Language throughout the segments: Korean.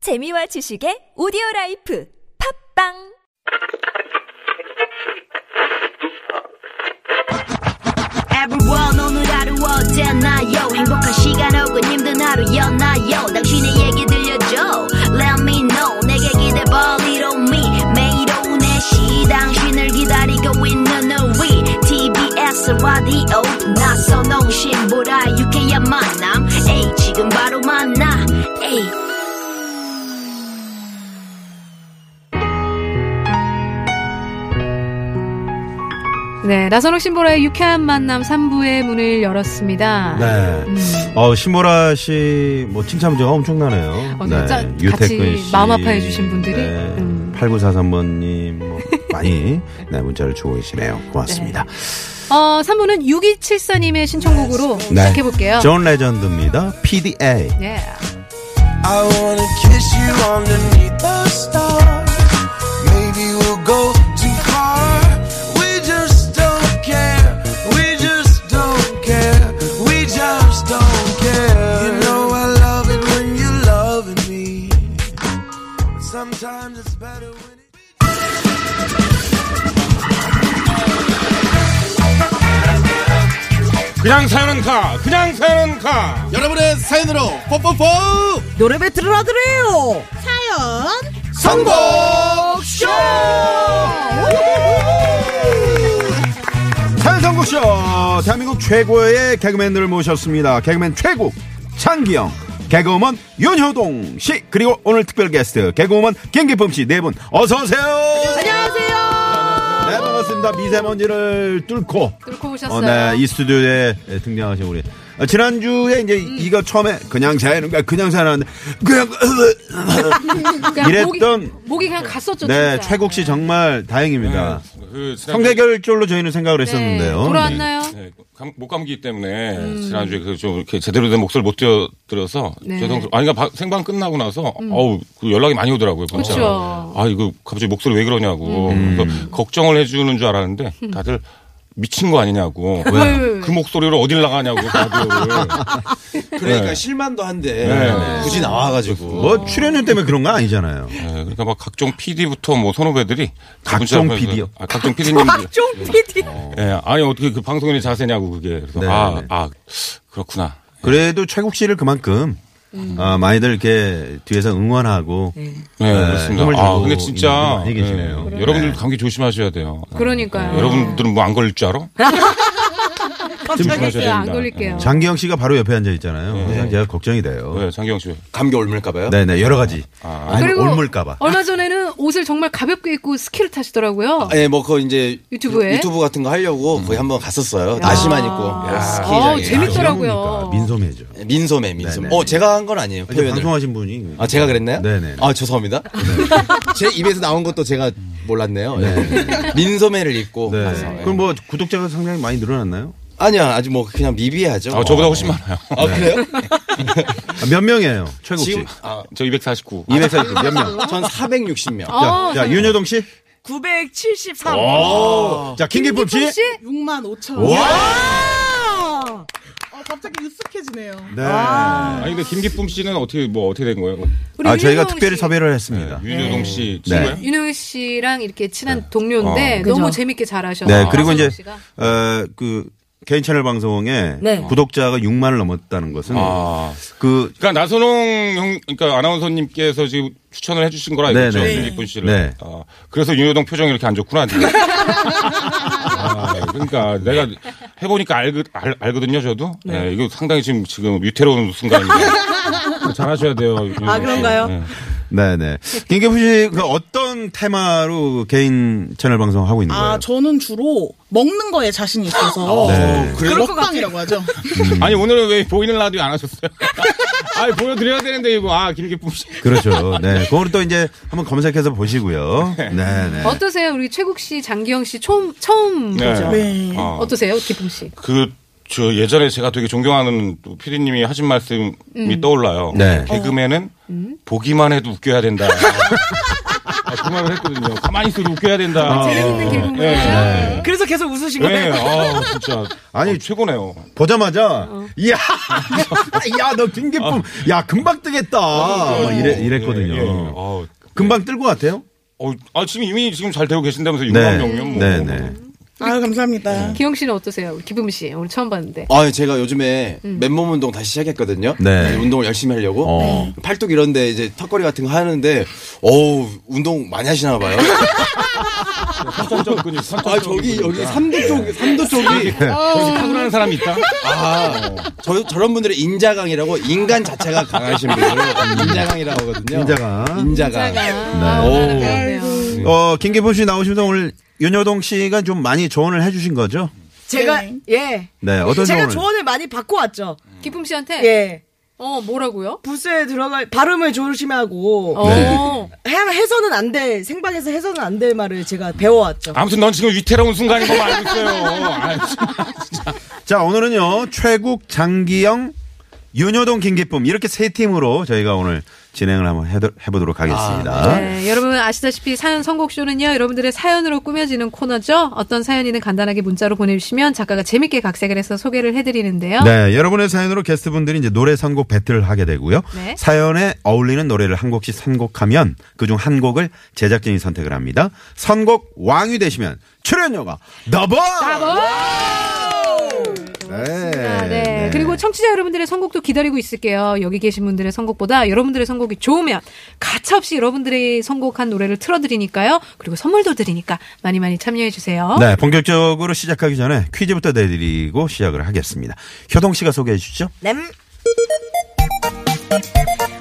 재미와 지식의 오디오 라이프 팝빵 Everyone 오늘 하루 어땠나요 행복한 시간 혹은 힘든 하루였나요 당신의 얘기 들려줘 Let me know 내게 기대 벌리로 me 매일 오후 4시 당신을 기다리고 있는 우리 TBS 라디오 나선홍 신보라 유쾌한 만남 에이 지금 바로 만나 에이 네, 나선홍 신보라의 유쾌한 만남 3부의 문을 열었습니다. 네. 음. 어, 신보라 씨, 뭐, 칭찬부자가 엄청나네요. 어, 진짜 같이 마음 아파해 주신 분들이? 네. 음. 8943번님, 뭐, 많이, 네, 문자를 주고 계시네요. 고맙습니다. 어, 3부는 6274님의 신청곡으로 네. 시작해볼게요. 존 레전드입니다. PDA. 예. I wanna kiss you underneath the stars. Maybe we'll go too far. We just don't care. We just don't care. We just don't care. You know I love it when you loving me. But sometimes it's better when it. 그냥 사연은 가 그냥 사연은 가 여러분의 사연으로 뽀뽀뽀 노래 배틀을 하드래요 사연 선곡쇼 산성국쇼! 어, 대한민국 최고의 개그맨들을 모셨습니다. 개그맨 최국, 창기영, 개그우먼 윤효동 씨, 그리고 오늘 특별 게스트, 개그우먼 김기품 씨, 네 분, 어서오세요! 안녕하세요! 네, 반갑습니다. 미세먼지를 뚫고, 뚫고 오셨어요. 어, 네, 이 스튜디오에 등장하신 우리. 어, 지난주에 이제 이거 처음에 그냥 사는 거야, 그냥 사는데, 그냥, 아, 그냥 이랬던- 목이, 목이 그냥 갔었죠. 네, 진짜. 최국 씨 정말 다행입니다. 그 지난주- 아. 성대결절로 저희는 네. 생각을 했었는데요. 돌아왔나요? 네, 감- 목 감기 때문에 지난주에 그 좀 이렇게 제대로 된 목소리를 못 들어 들어서 네. 음. 죄송스 아니 그러니까 바- 생방 끝나고 나서 어우 그 연락이 많이 오더라고요. 그렇죠. 그쵸. 음. 아 이거 갑자기 목소리 왜 그러냐고 음. 그래서 걱정을 해주는 줄 알았는데 다들 미친 거 아니냐고 왜? 그 목소리로 어딜 나가냐고 그 라디오를. 그러니까 네. 실만도 한데 네. 굳이 나와가지고 뭐 출연료 때문에 그런 건 아니잖아요. 네, 그러니까 막 각종 PD부터 뭐 선후배들이 각종 문자로 해서- PD 요? 아, 각종 PD님들 쫑 PD 예, 아니 어떻게 그 방송인의 자세냐고 그게. 그래서 네, 아, 네. 아 그렇구나. 그래도 최국 씨를 그만큼 음. 아, 많이들 이렇게 뒤에서 응원하고 네, 네, 그렇습니다. 힘을 아, 주고 근데 있는 분이 진짜 많이 계시네요. 예, 그러네. 여러분들 감기 조심하셔야 돼요. 그러니까요. 네, 예, 여러분들은 뭐 안 걸릴 줄 알아? 좀 걸릴게요, 안 걸릴게요. 장기영 씨가 바로 옆에 앉아 있잖아요. 네. 항상 제가 걱정이 돼요. 예. 네, 장기영 씨. 감기 올밀까봐요 네, 네, 여러 가지. 아, 니 그리고 어, 올물까봐. 얼마 전에는 옷을 정말 가볍게 입고 스키를 아, 타시더라고요. 예, 뭐, 그거 이제. 유튜브에? 유튜브 같은 거 하려고 음. 거의 한번 갔었어요. 나시만 입고. 어우, 스키장에. 재밌더라고요. 아, 그러니까 민소매죠. 예. 민소매, 민소매. 네네. 어, 제가 한 건 아니에요. 아니, 표현을. 방송하신 분이. 아, 제가 그랬나요? 네네. 아, 죄송합니다. 제 입에서 나온 것도 제가 몰랐네요. 예. 민소매를 입고. 네. 가서. 예. 그럼 뭐 구독자가 상당히 많이 늘어났나요? 아니야, 아주 뭐 그냥 미비하죠. 아, 저보다 훨씬 많아요. 아, 네. 그래요? 아, 몇 명이에요? 최국 씨. 지금, 아, 저 249. 249, 몇 명? 전 460명. 어, 자, 자, 윤여동 씨. 973 아. 어. 자, 김기쁨 씨. 혹시 6만 5천 원. 와! 아! 어, 갑자기 익숙해지네요. 네. 아니 근데 김기쁨 씨는 어떻게 뭐 어떻게 된 거예요? 우리 아, 저희가 윤여동 특별히 씨- 섭외를 했습니다. 윤여동 씨 네. 친구예요? 윤영 씨랑 이렇게 친한 동료인데 너무 재밌게 잘하셔서 어. 네, 그리고 이제 나선홍 씨가. 어, 그 개인 채널 방송에 네. 구독자가 6만을 넘었다는 것은 아. 그 그러니까 나선홍 형, 그러니까 아나운서님께서 지금 추천을 해주신 거라 이거죠 네네. 김기쁨 씨를. 네. 아, 그래서 윤여동 표정이 이렇게 안 좋구나. 지금. 아, 그러니까 내가 해보니까 알거, 알, 알거든요, 저도. 네. 이거 상당히 지금, 지금 유태로운 순간입니다. 잘하셔야 돼요. 윤여동 아, 씨. 그런가요? 네. 네네. 김기부 씨그 어떤 테마로 개인 채널 방송 하고 있는 거예요? 아, 저는 주로 먹는 거에 자신이 있어서. 네. 그럴 먹방이라고 하죠. 음. 아니, 오늘은 왜 보이는 라디오 안 하셨어요? 아니, 보여드려야 되는데, 이거. 아, 김기쁨 씨. 그렇죠. 네. 그거를 또 이제 한번 검색해서 보시고요. 네네. 어떠세요? 우리 최국 씨, 장기영 씨 처음 처음 네. 그렇죠. 보죠. 네. 아. 어. 어떠세요, 기쁨 씨? 그, 저 예전에 제가 되게 존경하는 또 피디님이 하신 말씀이 음. 떠올라요. 네. 어. 개그맨은 보기만 해도 웃겨야 된다. 아, 그 말을 했거든요. 가만히 있어도 웃겨야 된다. 재밌는 개그맨. 예, 예. 그래서 계속 웃으신 예, 거예요. 아, 진짜. 아니, 아, 최고네요. 보자마자 어. 이야 야너 김기쁨 야 금방 뜨겠다 어, 막 이래, 이랬거든요 예, 예. 아, 금방 뜰 것 같아요 어, 아, 지금 이미 지금 잘 되고 계신다면서 네. 6만 명이면 뭐. 네네 아유 네. 감사합니다. 네. 기영 씨는 어떠세요? 기쁨 씨 오늘 처음 봤는데. 아, 제가 요즘에 맨몸 운동 다시 시작했거든요. 네. 이제 운동을 열심히 하려고. 어. 팔뚝 이런데 이제 턱걸이 같은 거 하는데, 어우, 운동 많이 하시나 봐요. 선천적 근육, 선천적 아, 저기, 근육. 여기 삼두 네. 쪽, 삼두 쪽이. 저기 어. 타고나는 사람이 있다? 아, 저, 저런 분들의 인자강이라고, 인간 자체가 강하신 분들을 인자강이라고 하거든요. 인자강. 네. 인자강. 아, 오. 그러네요. 어 김기쁨 씨 나오시면서 오늘 윤여동 씨가 좀 많이 조언을 해주신 거죠 제가 네. 예. 네 어떤 제가 조언을 조언을 많이 받고 왔죠. 기쁨 씨한테 예. 어 뭐라고요? 부스에 들어갈 발음을 조심하고 어. 해, 해서는 안 될 생방에서 해서는 안 될 말을 제가 배워왔죠. 아무튼 넌 지금 위태로운 순간인 거 알고 있어요. 아, 진짜. 자 오늘은요 최국 장기영 윤여동 김기쁨 이렇게 세 팀으로 저희가 오늘 진행을 한번 해도- 해보도록 하겠습니다 네, 여러분 아시다시피 사연 선곡쇼는요 여러분들의 사연으로 꾸며지는 코너죠. 어떤 사연이든 간단하게 문자로 보내주시면 작가가 재밌게 각색을 해서 소개를 해드리는데요. 네, 여러분의 사연으로 게스트분들이 이제 노래 선곡 배틀을 하게 되고요. 네. 사연에 어울리는 노래를 한 곡씩 선곡하면 그중 한 곡을 제작진이 선택을 합니다. 선곡 왕이 되시면 출연료가 더블! 네. 아, 네. 그리고 청취자 여러분들의 선곡도 기다리고 있을게요. 여기 계신 분들의 선곡보다 여러분들의 선곡이 좋으면 가차없이 여러분들의 선곡한 노래를 틀어드리니까요. 그리고 선물도 드리니까 많이 많이 참여해주세요. 네, 본격적으로 시작하기 전에 퀴즈부터 내드리고 시작을 하겠습니다. 효동 씨가 소개해 주시죠. 램.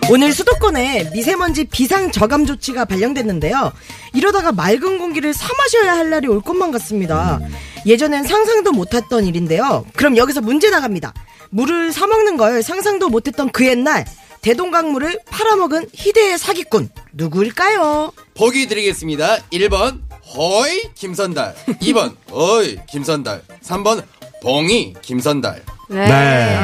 오늘 수도권에 미세먼지 비상 저감 조치가 발령됐는데요. 이러다가 맑은 공기를 사 마셔야 할 날이 올 것만 같습니다. 예전엔 상상도 못했던 일인데요. 그럼 여기서 문제 나갑니다. 물을 사 먹는 걸 상상도 못했던 그 옛날 대동강물을 팔아먹은 희대의 사기꾼 누구일까요? 보기 드리겠습니다. 1번, 허이 김선달. 2번, 어이 김선달. 3번, 봉이 김선달. 네.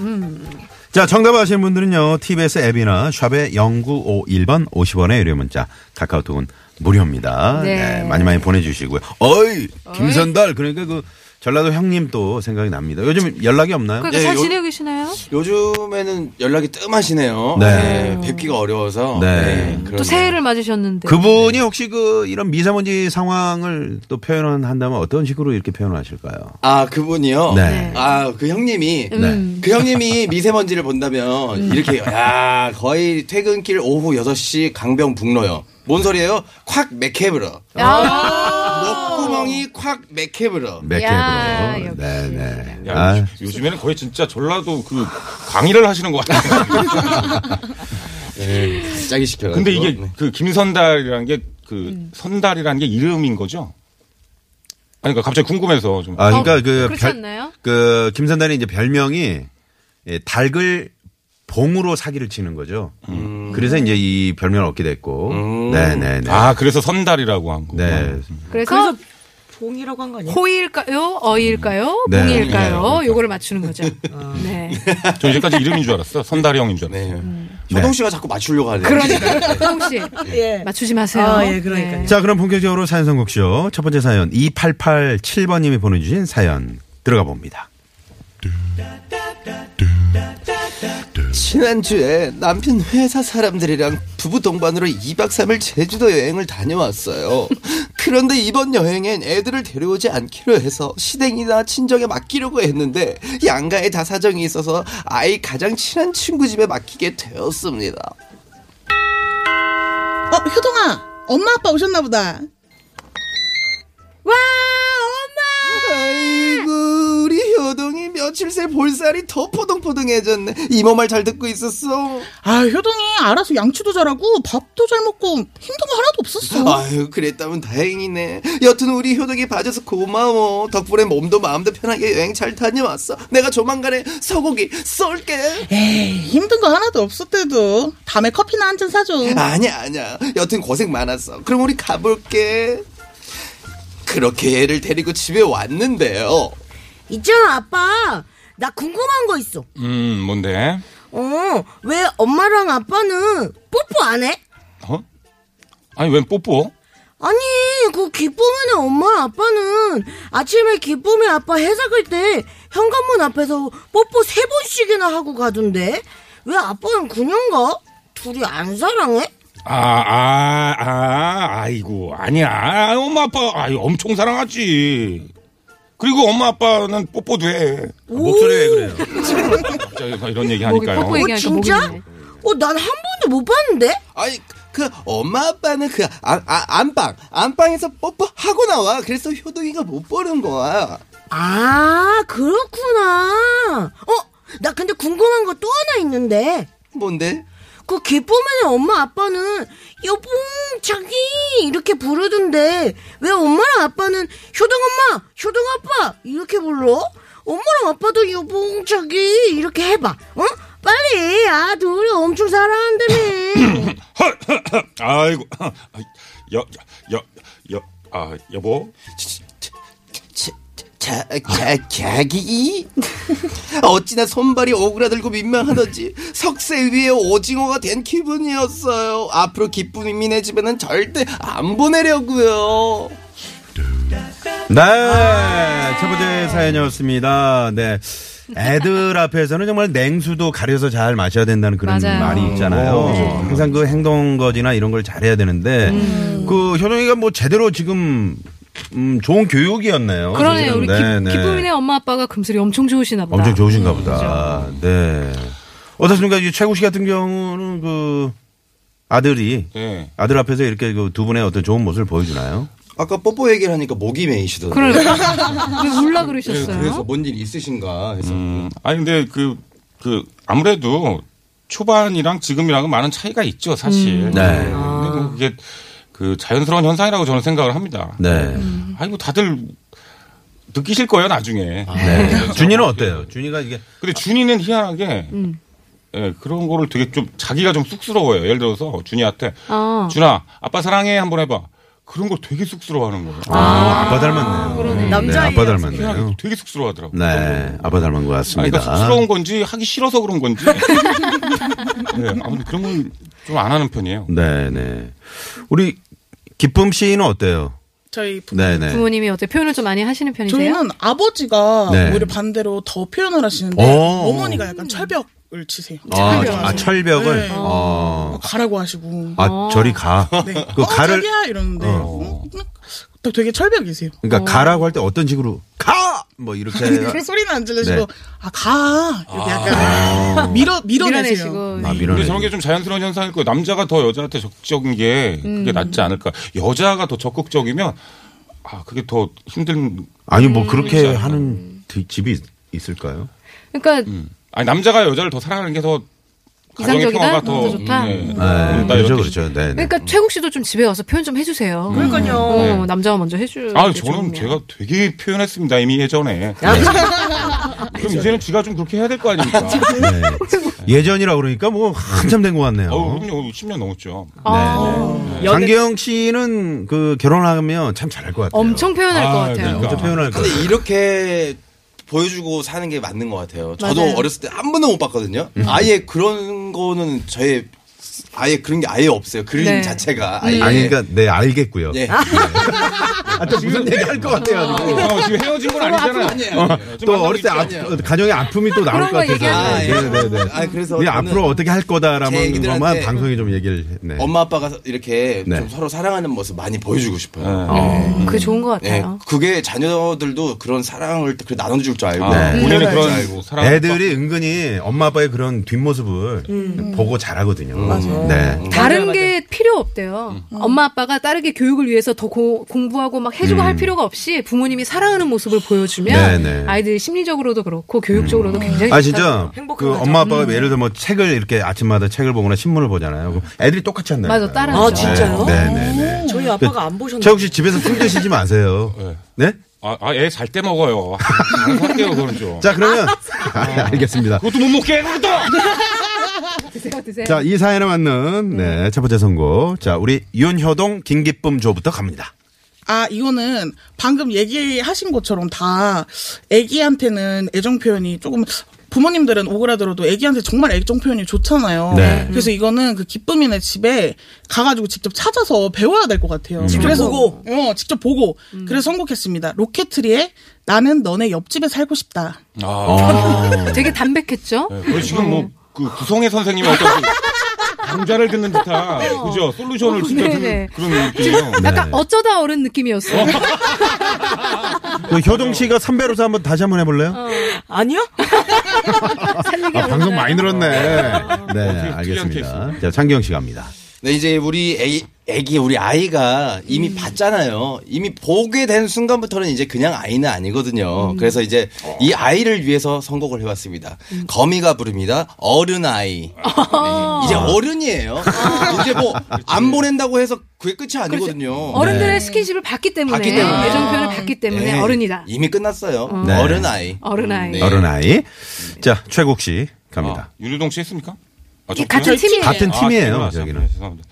음. 아우. 자, 정답 아시는 분들은요, TBS 앱이나 샵의 0951번 50원의 유료 문자, 카카오톡은 무료입니다. 네. 네, 많이 많이 보내주시고요. 어이! 김선달! 그러니까 그 전라도 형님 또 생각이 납니다. 요즘 연락이 없나요? 그러니까 예, 잘 요- 지내고 계시나요? 요즘에는 연락이 뜸하시네요. 네. 네. 뵙기가 어려워서. 네. 그러네요. 또 새해를 맞으셨는데. 그분이 혹시 그 이런 미세먼지 상황을 또 표현한다면 어떤 식으로 이렇게 표현하실까요? 아, 그분이요? 네. 아, 그 형님이. 음. 그 형님이 미세먼지를 본다면 이렇게, 야, 거의 퇴근길 오후 6시 강변 북로요. 뭔 소리예요? 콱 맥해브러. 아. 목구멍이 콱 맥해브러. 몇 야, 개로? 역시. 네, 네. 야, 아, 요즘에는 거의 진짜 전라도 그 강의를 하시는 것 같아요. 짜기 네, 시켜가지고. 근데 이게 네. 그 김선달이라는 게 그 선달이라는 게 이름인 거죠? 아니, 그러니까 갑자기 궁금해서 좀. 아, 그러니까 어, 그, 그렇지 않나요? 그 김선달이 이제 별명이 예, 닭을 봉으로 사기를 치는 거죠. 음. 그래서 이제 이 별명을 얻게 됐고. 네네네. 아, 그래서 선달이라고 한 거. 네. 그래서 봉이라고 한 거 아니에요? 호일까요? 어일까요? 네. 봉일까요? 요거를 맞추는 거죠. 네. 저 이제까지 이름인 줄 알았어. 선달이 형인 줄 알았어. 네. 효동 씨가 자꾸 맞추려고 하네요. 음. 그러니까 효동 씨 예. 맞추지 마세요. 네. 아, 예, 그러니까요. 자, 그럼 본격적으로 사연 선곡쇼. 첫 번째 사연 2887번님이 보내주신 사연 들어가 봅니다. 지난주에 남편 회사 사람들이랑 부부 동반으로 2박 3일 제주도 여행을 다녀왔어요. 그런데 이번 여행엔 애들을 데려오지 않기로 해서 시댁이나 친정에 맡기려고 했는데 양가에 다 사정이 있어서 아이 가장 친한 친구 집에 맡기게 되었습니다. 어 효동아 엄마 아빠 오셨나 보다. 아이고 우리 효동이 며칠 새 볼살이 더 포동포동해졌네. 이모 말 잘 듣고 있었어. 아 효동이 알아서 양치도 잘하고 밥도 잘 먹고 힘든 거 하나도 없었어. 아유 그랬다면 다행이네 여튼 우리 효덕이 봐줘서 고마워 덕분에 몸도 마음도 편하게 여행 잘 다녀왔어 내가 조만간에 소고기 쏠게 에이 힘든 거 하나도 없었대도 다음에 커피나 한 잔 사줘. 아니야 아니야 여튼 고생 많았어 그럼 우리 가볼게 그렇게 애를 데리고 집에 왔는데요 있잖아 아빠 나 궁금한 거 있어 네. 음, 뭔데? 어 왜 엄마랑 아빠는 뽀뽀 안 해? 어? 아니 웬 뽀뽀? 아니 그 기쁨이네 엄마랑 아빠는 아침에 기쁨이 아빠 회사 갈 때 현관문 앞에서 뽀뽀 세 번씩이나 하고 가던데 왜 아빠는 그냥 가? 둘이 안 사랑해? 어, 아, 아아아 아, 이고 아니야 아, 엄마 아빠 아이 엄청 사랑하지. 그리고 엄마 아빠는 뽀뽀도 해. 목소리 왜 그래요? 갑자기 막 이런 얘기 목이 하니까요. 뽀뽀 얘기하니까 목이 진짜? 메네. 어 난 한 번도 못 봤는데? 아니 그 엄마 아빠는 그 안, 아, 안방 안방에서 뽀뽀하고 나와 그래서 효동이가 못 보는 거야 아 그렇구나 어 나 근데 궁금한 거 또 하나 있는데 뭔데? 그 기쁨이네 엄마 아빠는 여봉 자기 이렇게 부르던데 왜 엄마랑 아빠는 효동 엄마 효동 아빠 이렇게 불러? 엄마랑 아빠도 여봉 자기 이렇게 해봐 어? 빨리 아 둘이 엄청 사랑한다며 아이고 여여여여아 여보 자, 자, 자, 자기 어찌나 손발이 오그라들고 민망하던지 석쇠 위에 오징어가 된 기분이었어요 앞으로 기쁨이네 집에는 절대 안 보내려고요 네, 첫 번째 사연이었습니다. 네. 애들 앞에서는 정말 냉수도 가려서 잘 마셔야 된다는 그런 맞아요. 말이 있잖아요. 항상 그 행동거지나 이런 걸 잘해야 되는데, 음. 그 효정이가 뭐 제대로 지금, 음, 좋은 교육이었네요. 그러네요. 음, 우리 네, 네. 기, 쁨이네 엄마 아빠가 금슬이 엄청 좋으시나 보다. 엄청 좋으신가 보다. 그렇죠. 네. 어떻습니까? 이 최국 씨 같은 경우는 그 아들이 네. 아들 앞에서 이렇게 그 두 분의 어떤 좋은 모습을 보여주나요? 아까 뽀뽀 얘기를 하니까 목이 메이시던데 네, 그럴 왜 울라 그러셨어요? 그래서 뭔 일 있으신가 해서 음, 아니 근데 그 그 아무래도 초반이랑 지금이랑은 많은 차이가 있죠 사실. 네. 근데 뭐 그게 그 자연스러운 현상이라고 저는 생각을 합니다. 음. 네. 아니 뭐 다들 느끼실 거예요 나중에. 네. 준이는 어때요? 준이가 이게 근데 준이는 희한하게 예, 그런 거를 되게 좀 자기가 좀 쑥스러워요. 예를 들어서 준이한테 아. 준아 아빠 사랑해 한번 해봐. 그런 걸 되게 쑥스러워하는 거예요. 아, 아빠 닮았네요. 네, 남자아이 아빠 희한하게 닮았네요. 되게 쑥스러워하더라고. 요 네, 아빠 닮은 것 아니, 같습니다. 그러니까 쑥스러운 건지 하기 싫어서 그런 건지. 네, 아무튼 그런 건 좀 안 하는 편이에요. 네, 네. 우리 기쁨 씨는 어때요? 저희 부- 네, 네. 부모님이 어때 표현을 좀 많이 하시는 편이세요? 저희는 아버지가 네. 오히려 반대로 더 표현을 하시는데 오. 어머니가 약간 철벽을 치세요. 아, 철벽을 아, 하세요. 철벽을. 네. 어. 가라고 하시고. 아, 저리 가. 네. 그 어, 가를 자기야 이러는데 어, 어, 되게 철벽이세요. 그러니까 가라고 할 때 어떤 식으로 가! 뭐 이렇게 그런 소리는 안 질러시고 네. 아가 이렇게 약간 밀어 밀어내세요. 밀어내시고. 아, 근데 밀어내. 저런 게 좀 자연스러운 현상일 거예요. 남자가 더 여자한테 적극적인 게 그게 낫지 않을까. 여자가 더 적극적이면 아 그게 더 힘든. 아니 음, 뭐 그렇게 하는 디- 집이 있을까요? 그러니까 음. 아니 남자가 여자를 더 사랑하는 게 더 가정의 이상적이다? 평화가 더 더 좋다? 네. 음. 네, 나 이렇게 그렇죠, 그렇죠. 네, 네. 그러니까 최국 씨도 좀 집에 와서 표현 좀 해주세요. 그러니까요. 어, 남자가 먼저 해주. 아, 저는 제가 되게 표현했습니다 이미 네. 예전에. 그럼 이제는 지가 좀 그렇게 해야 될 거 아닙니까? 네. 예전이라 그러니까 뭐 한참 된 것 같네요. 어, 그럼요, 10년 넘었죠. 아, 네, 네. 장기영 씨는 그 결혼하면 참 잘할 것 같아요. 네, 엄청 표현할 아, 것 같아요. 그러니까. 엄청 표현할 것 근데 같아요. 이렇게 보여주고 사는 게 맞는 것 같아요. 저도 어렸을 때 한 번도 못 봤거든요. 아예 그런 거는 저의 아예 그런 게 아예 없어요. 그림 네. 자체가 아예. 아니 그러니까 네 알겠고요. 예. 아, 또 무슨 얘기 할 것 같아요. 네. 어, 지금 헤어진 건 아니잖아요. 어, 좀 또 만나고 어릴 때 있죠. 아, 어, 가정의 아픔이 또 나올 그런 것 거 같아서. 얘기하는 네, 네, 네, 네. 아, 그래서 우리 저는 앞으로 어떻게 할 제 거다라는 애기들한테 것만 방송에 좀 얘기를 해. 네. 엄마 아빠가 이렇게 네. 좀 서로 사랑하는 모습 많이 보여주고 싶어요. 네. 그게 좋은 것 네. 예, 같아요. 그게 자녀들도 그런 사랑을 그 나눠줄 줄 알고 네. 아, 본인이 네, 표현할 그런 줄 알고. 사랑. 애들이 은근히 엄마 아빠의 그런 뒷모습을 음. 보고 잘하거든요. 네. 다른 게 필요 없대요. 엄마 아빠가 따르게 교육을 위해서 더 고- 공부하고 막 해주고 할 필요가 없이 부모님이 사랑하는 모습을 보여주면 네, 네. 아이들이 심리적으로도 그렇고 교육적으로도 굉장히 아 진짜 행복한 그 가정. 엄마 음. 아빠가 예를 들어 뭐 책을 이렇게 아침마다 책을 보거나 신문을 보잖아요. 그럼 애들이 똑같이 한다. 맞아, 따라하죠. 아, 진짜요? 네네네. 네, 저희 아빠가 안 보셨나요? 최욱 씨 집에서 술 드시지 마세요. 네? 아, 아, 애 잘 때 먹어요. 안 살게요, 그건 좀. 자 그러면 아, 알겠습니다. 그것도 못 먹게 해, 그것도! 아, 드세요, 드세요. 자 이 사연에 맞는 네첫 번째 선곡. 자 우리 윤효동 김기쁨 조부터 갑니다. 아 이거는 방금 얘기하신 것처럼 다 애기한테는 애정 표현이 조금 부모님들은 오그라들어도 애기한테 정말 애정 표현이 좋잖아요. 네. 그래서 이거는 그 기쁨이네 집에 가가지고 직접 찾아서 배워야 될 것 같아요. 직접 보고. 어, 직접 보고. 그래서 선곡했습니다. 로켓트리의 나는 너네 옆집에 살고 싶다. 어. 되게 담백했죠? 네, 그리고 지금 뭐 그 구성의 선생님이 어떤 그 강좌를 듣는 듯한 그죠 솔루션을 진짜 어, 네네. 듣는 그런 느낌이에요. 약간 어쩌다 어른 느낌이었어. 그 효동 씨가 선배로서 한번 다시 한번 해볼래요? 아니요? 아, 방송 많이 늘었네. 네, 알겠습니다. 자, 창경 씨 갑니다. 네, 이제 우리 애기, 애기, 우리 아이가 이미 봤잖아요. 이미 보게 된 순간부터는 이제 그냥 아이는 아니거든요. 그래서 이제 이 아이를 위해서 선곡을 해봤습니다. 거미가 부릅니다. 음. 어른 아이. 네, 이제 어른이에요. 이제 뭐 안 보낸다고 해서 그게 끝이 아니거든요. 어른들의 네. 스킨십을 받기 때문에, 받기 때문에. 애정 표현을 받기 때문에 네, 어른이다. 이미 끝났어요. 네. 어른 아이. 어른 아이. 네. 어른 아이. 자, 최국 씨 갑니다. 아, 윤유동 씨 했습니까? 아, 저 예, 같은 없고요? 팀이에요. 같은 아, 팀이에요, 팀이구나. 여기는. 죄송합니다.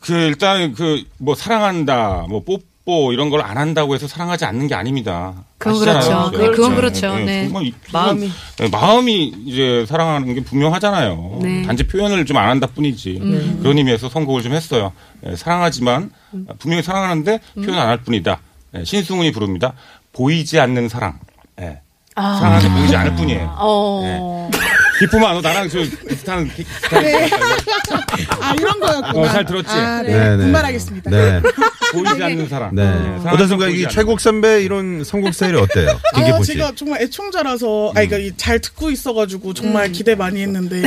그 일단 그 뭐 사랑한다, 뭐 뽀뽀 이런 걸 안 한다고 해서 사랑하지 않는 게 아닙니다. 그건 아시잖아요. 그렇죠. 네, 그건 그렇죠. 네. 정말 이- 마음이. 네, 마음이 이제 사랑하는 게 분명하잖아요. 네. 음. 단지 표현을 좀 안 한다 뿐이지. 그런 의미에서 선곡을 좀 했어요. 예, 사랑하지만 아, 분명히 사랑하는데 표현 안 할 뿐이다. 예, 신승훈이 부릅니다. 보이지 않는 사랑. 예. 아. 사랑하는 게 보이지 않을 뿐이에요. 어. 기쁨아 너 나랑 저 비슷한 비슷한 네. 아, 이런 거였구나. 어, 잘 들었지? 아, 네. 네, 네. 분발하겠습니다. 네. 보이지 않는 사랑. 네. 어떤 순간 이 최국 선배 이런 선곡 스타일이 어때요? 이게 아, 보시. 제가 정말 애청자라서, 음. 아니, 그러니까 이잘 듣고 있어가지고 정말 기대 많이 했는데.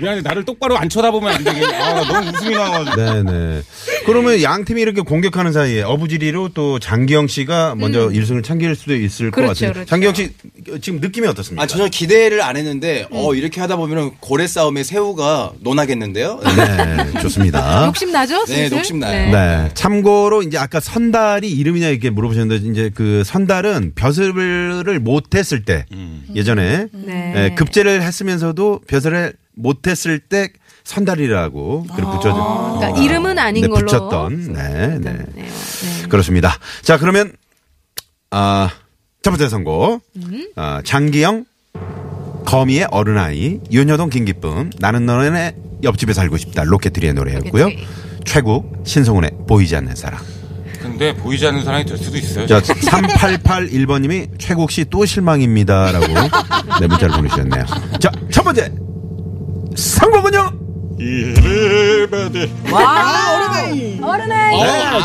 미안해 나를 똑바로 안 쳐다보면 안 되겠네. 아, 나 너무 웃음이 나와가지고. 네네. 그러면 양 팀이 이렇게 공격하는 사이에 어부지리로 또 장기영 씨가 먼저 일승을 챙길 수도 있을 것 음. 그렇죠, 같아요. 그렇죠. 장기영 씨 지금 느낌이 어떻습니까? 아, 전혀 기대를 안 했는데, 어, 음. 이렇게 하다 보면 고래 싸움에 새우가 논하겠는데요? 아, 네, 좋습니다. 욕심 나죠? 네, 슬슬? 욕심나요. 네. 참고로 이제 아까 선달이 이름이냐 이렇게 물어보셨는데 이제 그 선달은 벼슬을 못했을 때 음. 예전에 네. 예, 급제를 했으면서도 벼슬을 못했을 때 선달이라고 그렇게 붙여줘. 그러니까 이름은 아닌 네, 걸로. 붙였던. 네, 네. 네. 그렇습니다. 자 그러면 아, 첫 번째 선곡 음. 아, 장기영 거미의 어른아이 윤여동 김기쁨 나는 너네 옆집에 살고 싶다 로켓트리의 노래였고요. 로켓트리. 최국 신성훈의 보이지 않는 사랑. 근데 보이지 않는 사랑이 될 수도 있어요. 자 3881번님이 최국 씨 또 실망입니다라고 네, 문자를 보내주셨네요. 자 첫 번째 선곡은요. 이르베데. 아, 네,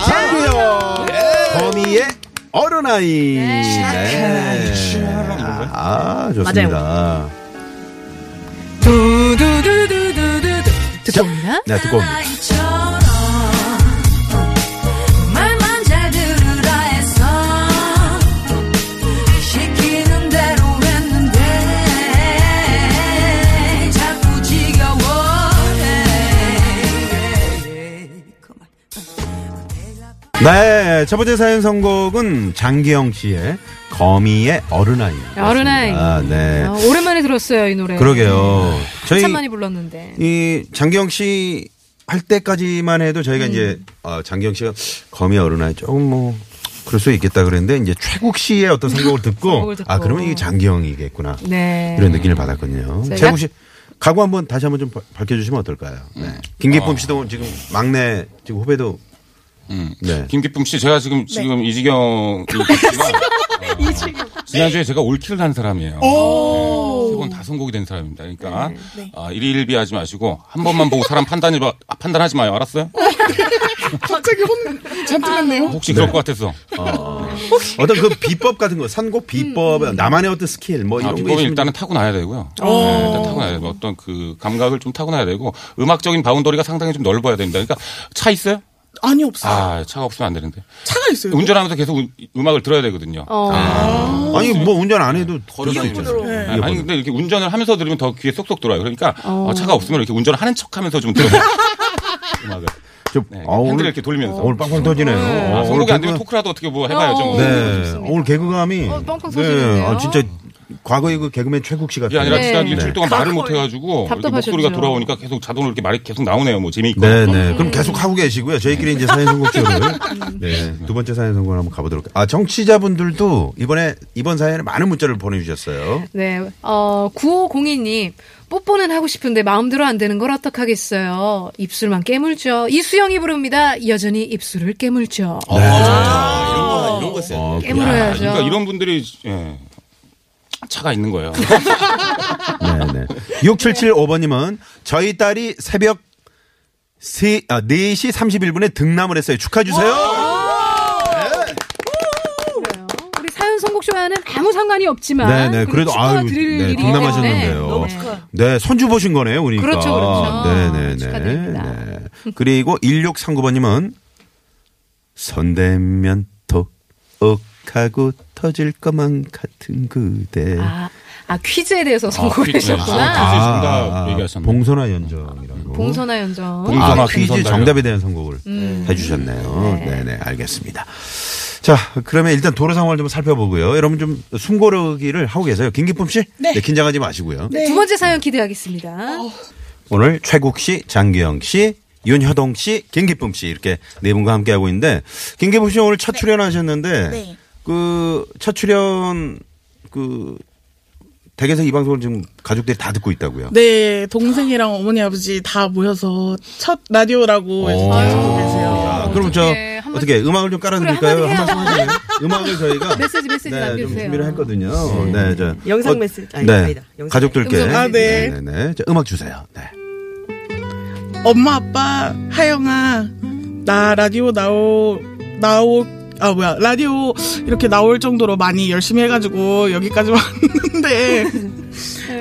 장기영 예. 거미의 어른아이. 네. 아 좋습니다. 두두두두두두. 자, 듣고 있나? 네, 듣고 옵니다. 말만 잘 들으라 해서 시키는 대로 했는데 자꾸 지겨워해 네, 첫 번째 사연 선곡은 장기영 씨의 거미의 어른아이. 어른아이. 아, 네. 아, 오랜만에 들었어요, 이 노래. 그러게요. 저희 참 많이 불렀는데. 이 장기영 씨 할 때까지만 해도 저희가 음. 이제 어, 장기영 씨가 거미 어른아이 조금 뭐 그럴 수 있겠다 그랬는데 이제 최국 씨의 어떤 선곡을 듣고 선곡을 듣고. 아 그러면 이게 장기영이겠구나 네. 이런 느낌을 받았거든요. 저희가- 최국 씨 각오 한번 다시 한번 좀 바- 밝혀주시면 어떨까요? 네. 김기쁨 씨도 지금 막내 지금 후배도 아. 음. 네. 김기쁨 씨 제가 지금 지금 이지경 지난주에 제가 올킬을 한 사람이에요. 세번다 선곡이 된 사람입니다. 그러니까 네, 아, 일일비하지 마시고 한 번만 보고 사람 판단해 봐 아, 판단하지 마요. 알았어요? 갑자기 혼, 잔뜩 했네요. 혹시 그럴 것 같았어. 어떤 그 비법 같은 거 선곡 비법 음. 나만의 어떤 스킬 뭐 아, 이런 거 비법은 있으면 일단은 타고나야 되고요. 어. 네, 일단 타고나야 되고 어떤 그 감각을 좀 타고나야 되고 음악적인 바운더리가 상당히 좀 넓어야 됩니다. 그러니까 차 있어요? 아니, 없어요. 아 차가 없으면 안 되는데 차가 있어요. 운전하면서 계속 우- 음악을 들어야 되거든요. 아니 뭐 운전 안 네. 해도 네. 아, 아니 근데 이렇게 운전을 하면서 들으면 더 귀에 쏙쏙 들어요. 그러니까 어, 차가 없으면 이렇게 운전을 하는 척하면서 좀 들어요. 음악을. 저, 네, 아, 핸들을 오늘 이렇게 돌리면서. 오늘 빵빵 터지네요. 어, 아, 오늘 선곡이 안 되면 개그- 토크라도 어떻게 뭐 해봐요. 좀. 네, 오늘 개그감이 빵빵 네, 터지는데요? 아, 진짜 과거에 그 개그맨 최국 씨가 이게 아니라 네. 지난 일주일 동안 말을 못 해가지고 이렇게 답답하셨죠. 목소리가 돌아오니까 계속 자동으로 이렇게 말이 계속 나오네요. 뭐 재미있고. 네, 네. 그럼 계속 하고 계시고요. 저희끼리 이제 사연 선곡쇼를. 네. 두 번째 사연 선곡을 한번 가보도록. 아, 정치자분들도 이번에, 이번 사연에 많은 문자를 보내주셨어요. 네, 어, 9502님. 뽀뽀는 하고 싶은데 마음대로 안 되는 걸 어떡하겠어요. 입술만 깨물죠. 이수영이 부릅니다. 여전히 입술을 깨물죠. 네. 아, 이런 거 이런 거 써요. 어, 깨물어야죠. 그러니까 이런 분들이 예. 차가 있는 거예요. 네네. 6775번님은 저희 딸이 새벽 세 아, 4시 31분에 등남을 했어요. 축하해주세요. 그래요. 우리 사연 선곡쇼와는 아무 상관이 없지만 네네. 그래도 그래도 아유, 축하드릴 네, 일이기 등남하셨는데요. 때문에. 네, 선주 보신 거네요, 우리가. 그렇죠, 그렇죠. 네네네. 축하드립니다. 네. 그리고 1639번님은 선대면 톡옥하고 터질 것만 같은 그대. 아, 아 퀴즈에 대해서 퀴즈. 선곡하셨구나. 아, 정답 얘기하셨네. 봉선화 연정이라고. 봉선화 음. 연정. 봉- 아, 봉선화 퀴즈 봉선화요. 정답에 대한 선곡을 해주셨네요. 네. 네 알겠습니다. 자, 그러면 일단 도로 상황을 좀 살펴보고요. 여러분 좀 숨고르기를 하고 계세요. 김기품 씨? 네. 긴장하지 마시고요. 두 번째 사연 기대하겠습니다. 어, 오늘 최국 씨, 장기영 씨, 윤효동 씨, 김기쁨 씨 이렇게 네 분과 함께 하고 있는데 김기쁨 씨 오늘 첫 출연하셨는데 네. 그 첫 출연 그 댁에서 이 방송을 지금 가족들이 다 듣고 있다고요. 네, 동생이랑 어머니 아버지 다 모여서 첫 어. 라디오라고 해서 계속 계세요. 아. 야, 그럼 저 어떡해. 한 어떻게 음악을 좀 깔아드릴까요? 그래, 한마디 한 말씀 하시요 음악을 저희가 메시지, 메시지 네, 좀 남겨주세요. 준비를 했거든요. 네, 저 영상 어, 메시지. 아니, 네, 아니다. 영상 가족들께 음성. 아, 네. 네, 네, 네. 자, 음악 주세요. 네. 엄마 아빠 하영아 나 라디오 나오 나오 아 뭐야 라디오 이렇게 나올 정도로 많이 열심히 해가지고 여기까지 왔는데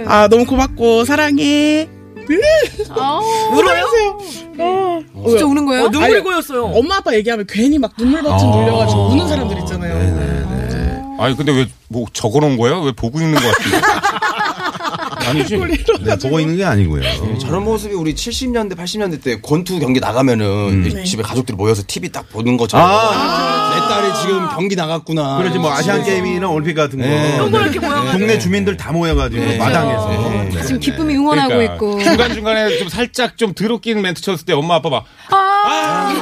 아 너무 고맙고 사랑해 어. 아우, 울어요? 어, 진짜 우는 거예요? 눈물이 고였어요. 엄마 아빠 얘기하면 괜히 막 눈물 버튼 눌려가지고 우는 사람들 있잖아요. 네. 아니 근데 왜 뭐 적어놓은 거예요? 왜 보고 있는 것 같은데? 아니지. 네, 보고 있는 게 아니고요. 저런 모습이 우리 70년대 80년대 때 권투 경기 음. 나가면은 네. 이 집에 가족들이 모여서 TV 딱 보는 거잖아요. 내 딸이 지금 경기 나갔구나. 그러지 뭐 아시안 게임이나 올림픽 같은 거 네. 뭐 동물 동네 주민들 다 모여가지고 마당에서 네. 아, 지금 기쁨이 응원하고 그러니까 있고. 중간 중간에 좀 살짝 좀 드럽긴 멘트 쳤을 때 엄마 아빠 막 아,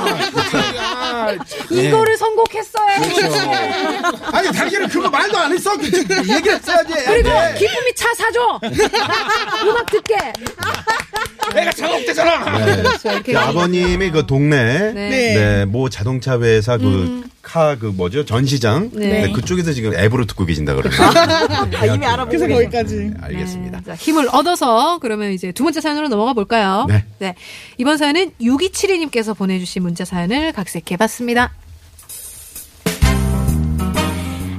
이거를 선곡했어요. 네. 아니, 당신은 그거 말도 안 했어. 얘기했어야지. 그리고 네. 기쁨이 차 사줘. 음악 듣게. 내가 작업대잖아. 그렇죠. 이렇게. 그 아버님이 그 동네 네. 음. 네. 뭐 자동차 회사 그 카 그 뭐죠 전시장 네. 아. 네, 그쪽에서 지금 앱으로 듣고 계신다 그러네요. 이미 알아보고 그래서 거기까지. 알겠습니다. 네, 자, 힘을 얻어서 그러면 이제 두 번째 사연으로 넘어가 볼까요? 네. 이번 사연은 6272님께서 보내주신 문자 사연을 각색해봤습니다.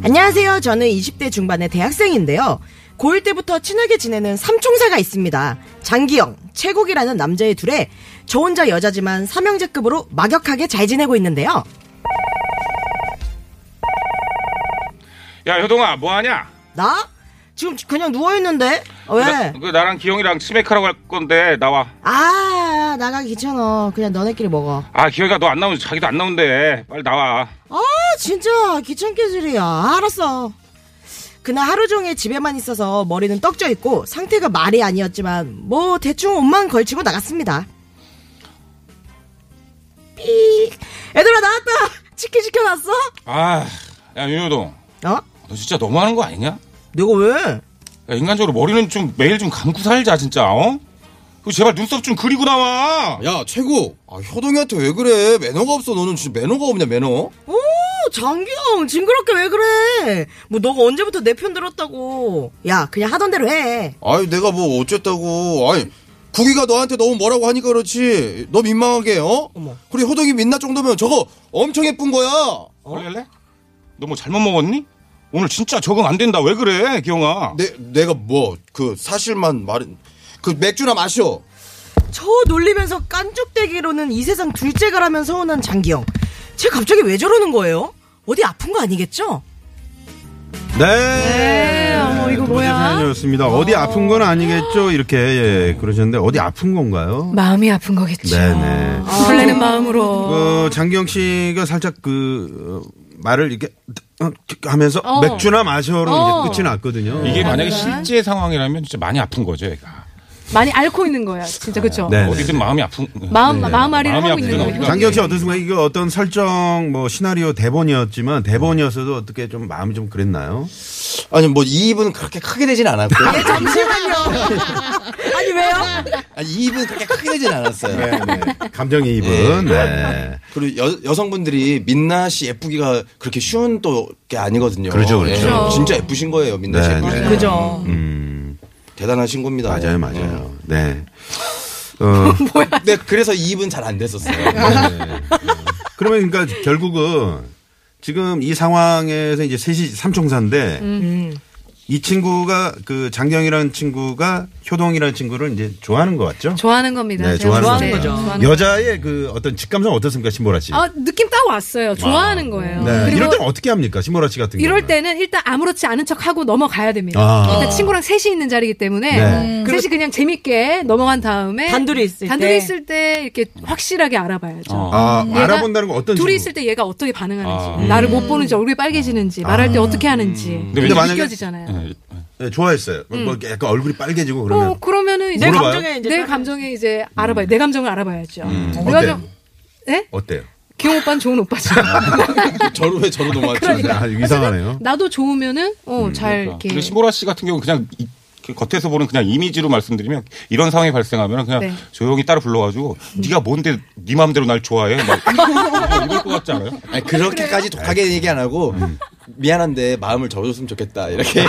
안녕하세요. 저는 20대 중반의 대학생인데요. 고1 때부터 친하게 지내는 삼총사가 있습니다. 장기영, 최국이라는 남자의 둘에 저 혼자 여자지만 삼형제급으로 막역하게 잘 지내고 있는데요. 야 효동아 뭐 하냐? 나? 지금 그냥 누워있는데? 어, 왜? 그 나랑 기영이랑 치맥하러 갈 건데 나와. 아, 나가기 귀찮아. 그냥 너네끼리 먹어. 아 기영이가 너 안 나오는 자기도 안 나온대. 빨리 나와. 아 진짜 귀찮게 질이야 알았어 그날 하루 종일 집에만 있어서 머리는 떡져 있고 상태가 말이 아니었지만 뭐 대충 옷만 걸치고 나갔습니다 삐익 얘들아 나왔다 치킨 시켜놨어? 아, 야 윤효동, 어? 너 진짜 너무하는 거 아니냐? 내가 왜? 야, 인간적으로 머리는 좀 매일 좀 감고 살자 진짜. 어? 그 제발 눈썹 좀 그리고 어? 나와. 야 최고. 아, 효동이한테 왜 그래? 매너가 없어. 너는 진짜 매너가 없냐 매너? 오 장기영 징그럽게 왜 그래 뭐 너가 언제부터 내 편 들었다고 야 그냥 하던 대로 해 아니 내가 뭐 어쨌다고. 아니 구기가 너한테 너무 뭐라고 하니까 그렇지. 너 민망하게 어? 그리고 효동이 민낯 정도면 저거 엄청 예쁜 거야. 원래 할래? 너 뭐 잘못 먹었니? 오늘 진짜 적응 안 된다. 왜 그래, 기영아? 네. 내 내가 뭐 그 사실만 말은 그 맥주나 마셔. 저 놀리면서 깐죽대기로는 이 세상 둘째가라면 서운한 장기영. 쟤 갑자기 왜 저러는 거예요? 어디 아픈 거 아니겠죠? 네. 어머, 이거 두 번째 뭐야? 사연이었습니다. 어디 아픈 건 아니겠죠? 이렇게 예, 그러셨는데 어디 아픈 건가요? 마음이 아픈 거겠죠. 네네. 설레는 마음으로. 어, 장기영 씨가 살짝 그 어, 그, 말을 이렇게 어, 하면서 어. 맥주나 마셔로 어. 이제 끝이 났거든요. 이게 만약에 실제 상황이라면 진짜 많이 아픈 거죠, 애가. 많이 앓고 있는 거야. 진짜 그쵸? 네. 네네. 어디든 마음이 아픈. 마음, 마음 아리를 마음이 하고 있는 아프거나 거예요. 어디가- 장기혁 씨 어떤 순간 이게 어떤 설정 뭐 시나리오 대본이었지만 대본이었어도 어떻게 좀 마음이 좀 그랬나요? 아니 뭐 이입은 그렇게 크게 되진 않았고요. 아니 왜요? 아니 이입은 그렇게 크게 되진 않았어요. 네. 감정이입은 네. 그리고 여, 여성분들이 민나 씨 예쁘기가 그렇게 쉬운 또 게 아니거든요. 그렇죠, 그렇죠. 예, 그렇죠. 진짜 예쁘신 거예요, 민나 씨. 네, 예쁘신 네. 거예요. 그죠. 대단하신 겁니다. 맞아요, 맞아요. 네. 어, 네. 네, 그래서 이입은 잘 안 됐었어요. 그러면 그러니까 결국은 지금 이 상황에서 이제 셋이 삼총사인데 음. 음. 이 친구가 그 장경이라는 친구가 효동이라는 친구를 이제 좋아하는 것 같죠? 좋아하는 겁니다. 네, 제가 좋아하는 좋아해요. 거죠. 좋아하는 여자의 그 어떤 직감성 어떻습니까, 신보라 씨? 거. 아, 느낌 딱 왔어요. 좋아하는 거예요. 예. 네. 그리고 이럴 때는 어떻게 합니까, 신보라 씨 같은 경우? 이럴 때는 일단 아무렇지 않은 척 하고 넘어가야 됩니다. 아. 일단 친구랑 셋이 있는 자리이기 때문에 네. 셋이 그냥 재밌게 넘어간 다음에 음. 단둘이 있을 단둘이 때. 있을 때 이렇게 확실하게 알아봐야죠. 아, 얘가 알아본다는 건 어떤 음, 아. 둘이 친구? 있을 때 얘가 어떻게 반응하는지, 나를 음. 못 보는지, 얼굴이 빨개지는지, 말할 때 아. 어떻게 하는지 근데 근데 만약에- 느껴지잖아요. 예, 네, 좋아했어요. 뭐 약간 얼굴이 빨개지고 그러면 음. 어, 그러면은 이제 내 물어봐요? 감정에 이제 내 감정에 이제 알아봐요. 내 감정을 알아봐야죠. 내가 음. 어때요? 좀 예? 어때요? 기호 오빠는 좋은 오빠죠. 저로 왜 저로 넘어왔죠? 아, 이상하네요. 나도 좋으면은 음, 어잘 그러니까. 이렇게 근데 신보라 씨 같은 경우는 그냥 이- 그 겉에서 보는 그냥 이미지로 말씀드리면 이런 상황이 발생하면 그냥 네. 음. 조용히 따로 불러가지고 네가 뭔데 네 마음대로 날 좋아해 막 이럴 것 같지 않아요? 아니, 그렇게까지 독하게 얘기 안 하고 음. 미안한데 마음을 접어줬으면 좋겠다 아, 이렇게 어,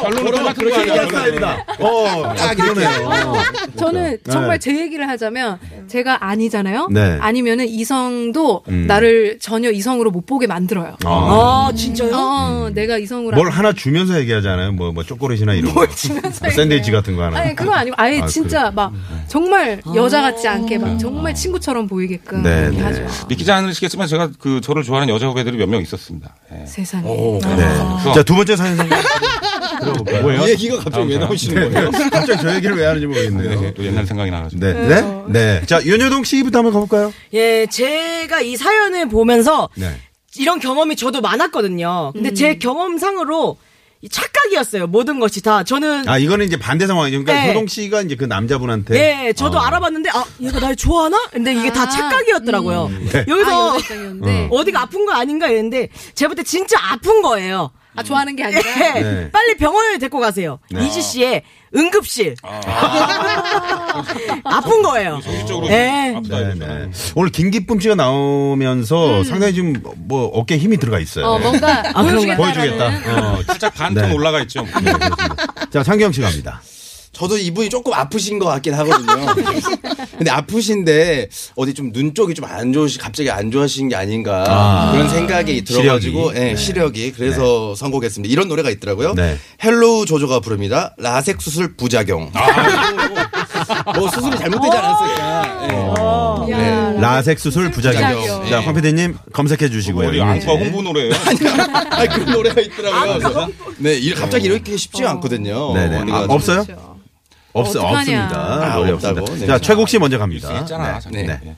결론은 똑같은 거 아니야? 어, 아, 딱 이러네요. 아, 저는 정말 제 얘기를 하자면 제가 아니잖아요. 네. 음. 아니면은 이성도 나를 전혀 이성으로 못 보게 만들어요. 아 진짜요? 어, 내가 이성으로 음. 뭘 하나 주면서 얘기하잖아요. 뭐, 뭐, 초콜릿이나 이런 거. 주면서 뭐 샌드위치 같은 거 하나. 아니 그거 아니고 아예 아, 진짜 막 정말 여자 같지 않게 막 정말 친구처럼 보이게끔 네, 이렇게 네. 하죠. 믿기지 않으시겠지만 제가 그 저를 좋아하는 여자 후배들이 몇 명 있었습니다. 예. 세상에. 네. 자, 두 번째 사연 선생님. 들어볼까요? 뭐예요? 이 얘기가 갑자기 왜 나오시는 거예요? 갑자기 저 얘기를 왜 하는지 모르겠네요. 또 옛날 생각이 나가지고. 네, 네, 네. 자, 윤여동 씨부터 한번 가볼까요? 예, 제가 이 사연을 보면서 네. 이런 경험이 저도 많았거든요. 근데 음. 제 경험상으로 이 착각이었어요. 모든 것이 다 저는 아, 이거는 이제 반대 상황이죠. 그러니까 네. 효동 씨가 이제 그 남자분한테. 어. 예, 네, 저도 알아봤는데 아 얘가 날 좋아하나? 근데 이게 아. 다 착각이었더라고요. 아, 여기서 여자 입장이었는데. 음. 네. 어디가 아픈 거 아닌가 이랬는데 제가 볼 때 진짜 아픈 거예요. 아 좋아하는 게 예, 아니라 네. 빨리 병원에 데리고 가세요. 네. 이지 씨의 응급실. 아. 픈 거예요. 정신적으로 예. 그 아프다 네, 이러잖아요. 네. 오늘 김기쁨 씨가 나오면서 상당히 지금 뭐 어깨에 힘이 들어가 있어요. 어 뭔가 보여주겠다라는 보여주겠다. 어. 네. 살짝 반톤 네. 올라가 있죠. 자, 창경 씨 갑니다. 저도 이분이 조금 아프신 것 같긴 하거든요. 근데 아프신데 어디 좀 눈 쪽이 좀 안 좋으시 갑자기 안 좋아하시는 게 아닌가 아. 그런 생각이 들어가지고 시력이. 예, 네. 시력이 그래서 선곡했습니다. 이런 노래가 있더라고요. 네. 헬로우 조조가 부릅니다. 라섹 수술 부작용. 아. 뭐 수술이 잘못되지 않았을까. 예. 야, 라섹 수술 부작용. 부작용. 자, 황 PD님 검색해 주시고요. 어디 안과 홍보 노래예요. 아 그런 노래가 있더라고요. 그래서 네, 이- 갑자기 이렇게 쉽지 않거든요. 어. 네네. 아, 그래가지고. 없어요? 그렇죠. 그렇죠. 없어, 어떡하냐. 없습니다. 아, 노래 없다고? 없습니다. 네. 자, 최국 씨 먼저 있 갑니다. 있잖아. 네. 잠깐. 네. 예.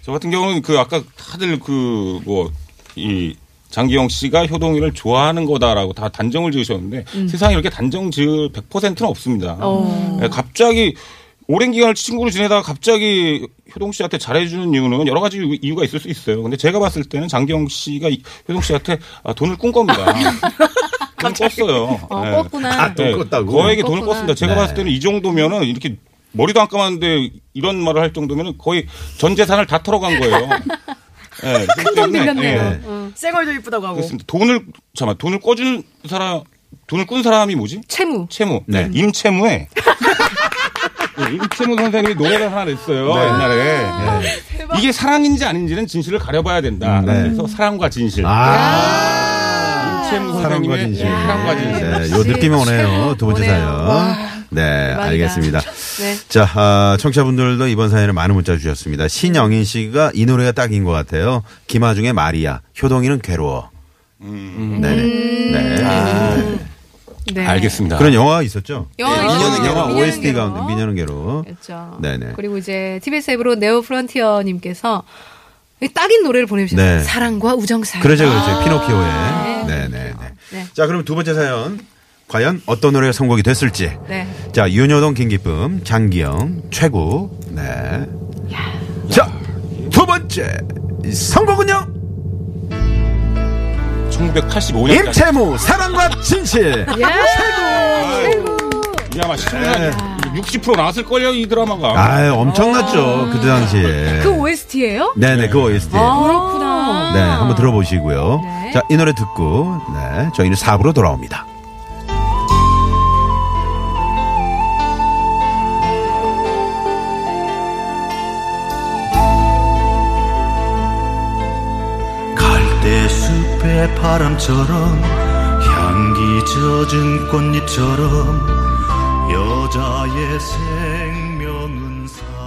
저 같은 경우는 그 아까 다들 그 뭐 이 장기영 씨가 효동이를 좋아하는 거다라고 다 단정을 지으셨는데 세상에 이렇게 단정 지을 100%는 없습니다. 음. 어. 예, 갑자기 오랜 기간을 친구로 지내다가 갑자기 효동 씨한테 잘해주는 이유는 여러 가지 이유- 이유가 있을 수 있어요. 근데 제가 봤을 때는 장기영 씨가 이- 효동 씨한테 아, 돈을 꾼 겁니다. 돈을 꿨어요. 어, 예. 꿨구나. 아, 돈 예, 꿨다고? 거액의 돈을 꿨구나. 꿨습니다. 제가 봤을 때는 이 정도면은 이렇게 머리도 안 감았는데 이런 말을 할 정도면은 거의 전 재산을 다 털어간 거예요. 예, 그렇기 큰돈 때문에, 들렸네요. 예, 어. 쌩얼도 이쁘다고 하고. 그렇습니다. 돈을 잠깐 돈을 꿔준 사람 돈을 꾼 사람이 뭐지? 채무. 채무. 네. 임채무에 예, 임채무 선생님이 노래를 하나 냈어요. 네, 옛날에. 네. 이게 사랑인지 아닌지는 진실을 가려봐야 된다. 음, 네. 그래서 사랑과 진실. 아. 임채무 사랑과 선생님의 진실. 예, 사랑과 진실. 네, 요 느낌이 오네요. 두 번째 오네요. 사연. 와. 네, 대박이다. 알겠습니다. 네. 자, 아, 청취자분들도 이번 사연에 많은 문자 주셨습니다. 신영인 씨가 이 노래가 딱인 것 같아요. 김하중의 마리아, 효동이는 괴로워. 음. 네네. 네. 네. 알겠습니다. 그런 영화 있었죠? 영화 네, 있었죠. 미녀는 괴로워. 영화 미녀는 OST 괴로워. 가운데 미녀는 괴로워. 그렇죠. 네네. 그리고 이제 TBS 앱으로 네오 프런티어 님께서 딱인 노래를 보내주시면 네. 사랑과 우정 사이. 그러죠, 그러죠. 피노키오의. 네, 네, 네. 아. 네. 자, 그럼 두 번째 사연. 과연 어떤 노래가 선곡이 됐을지. 네. 자, 윤여동 김기쁨, 장기영, 최고. 네. 자, 두 번째 선곡은요. 1985년. 임채무 사랑과 진실. 예. 야, 마 60% 나왔을걸요, 이 드라마가. 아, 엄청났죠. 그때 당시에. 어. 그 OST예요? 네, 네, 그 OST. 그렇구나. 네, 한번 들어보시고요. 네. 자, 이 노래 듣고 네, 저희는 4부로 돌아옵니다. 갈대숲의 바람처럼 향기 젖은 꽃잎처럼 여자의 생명은 사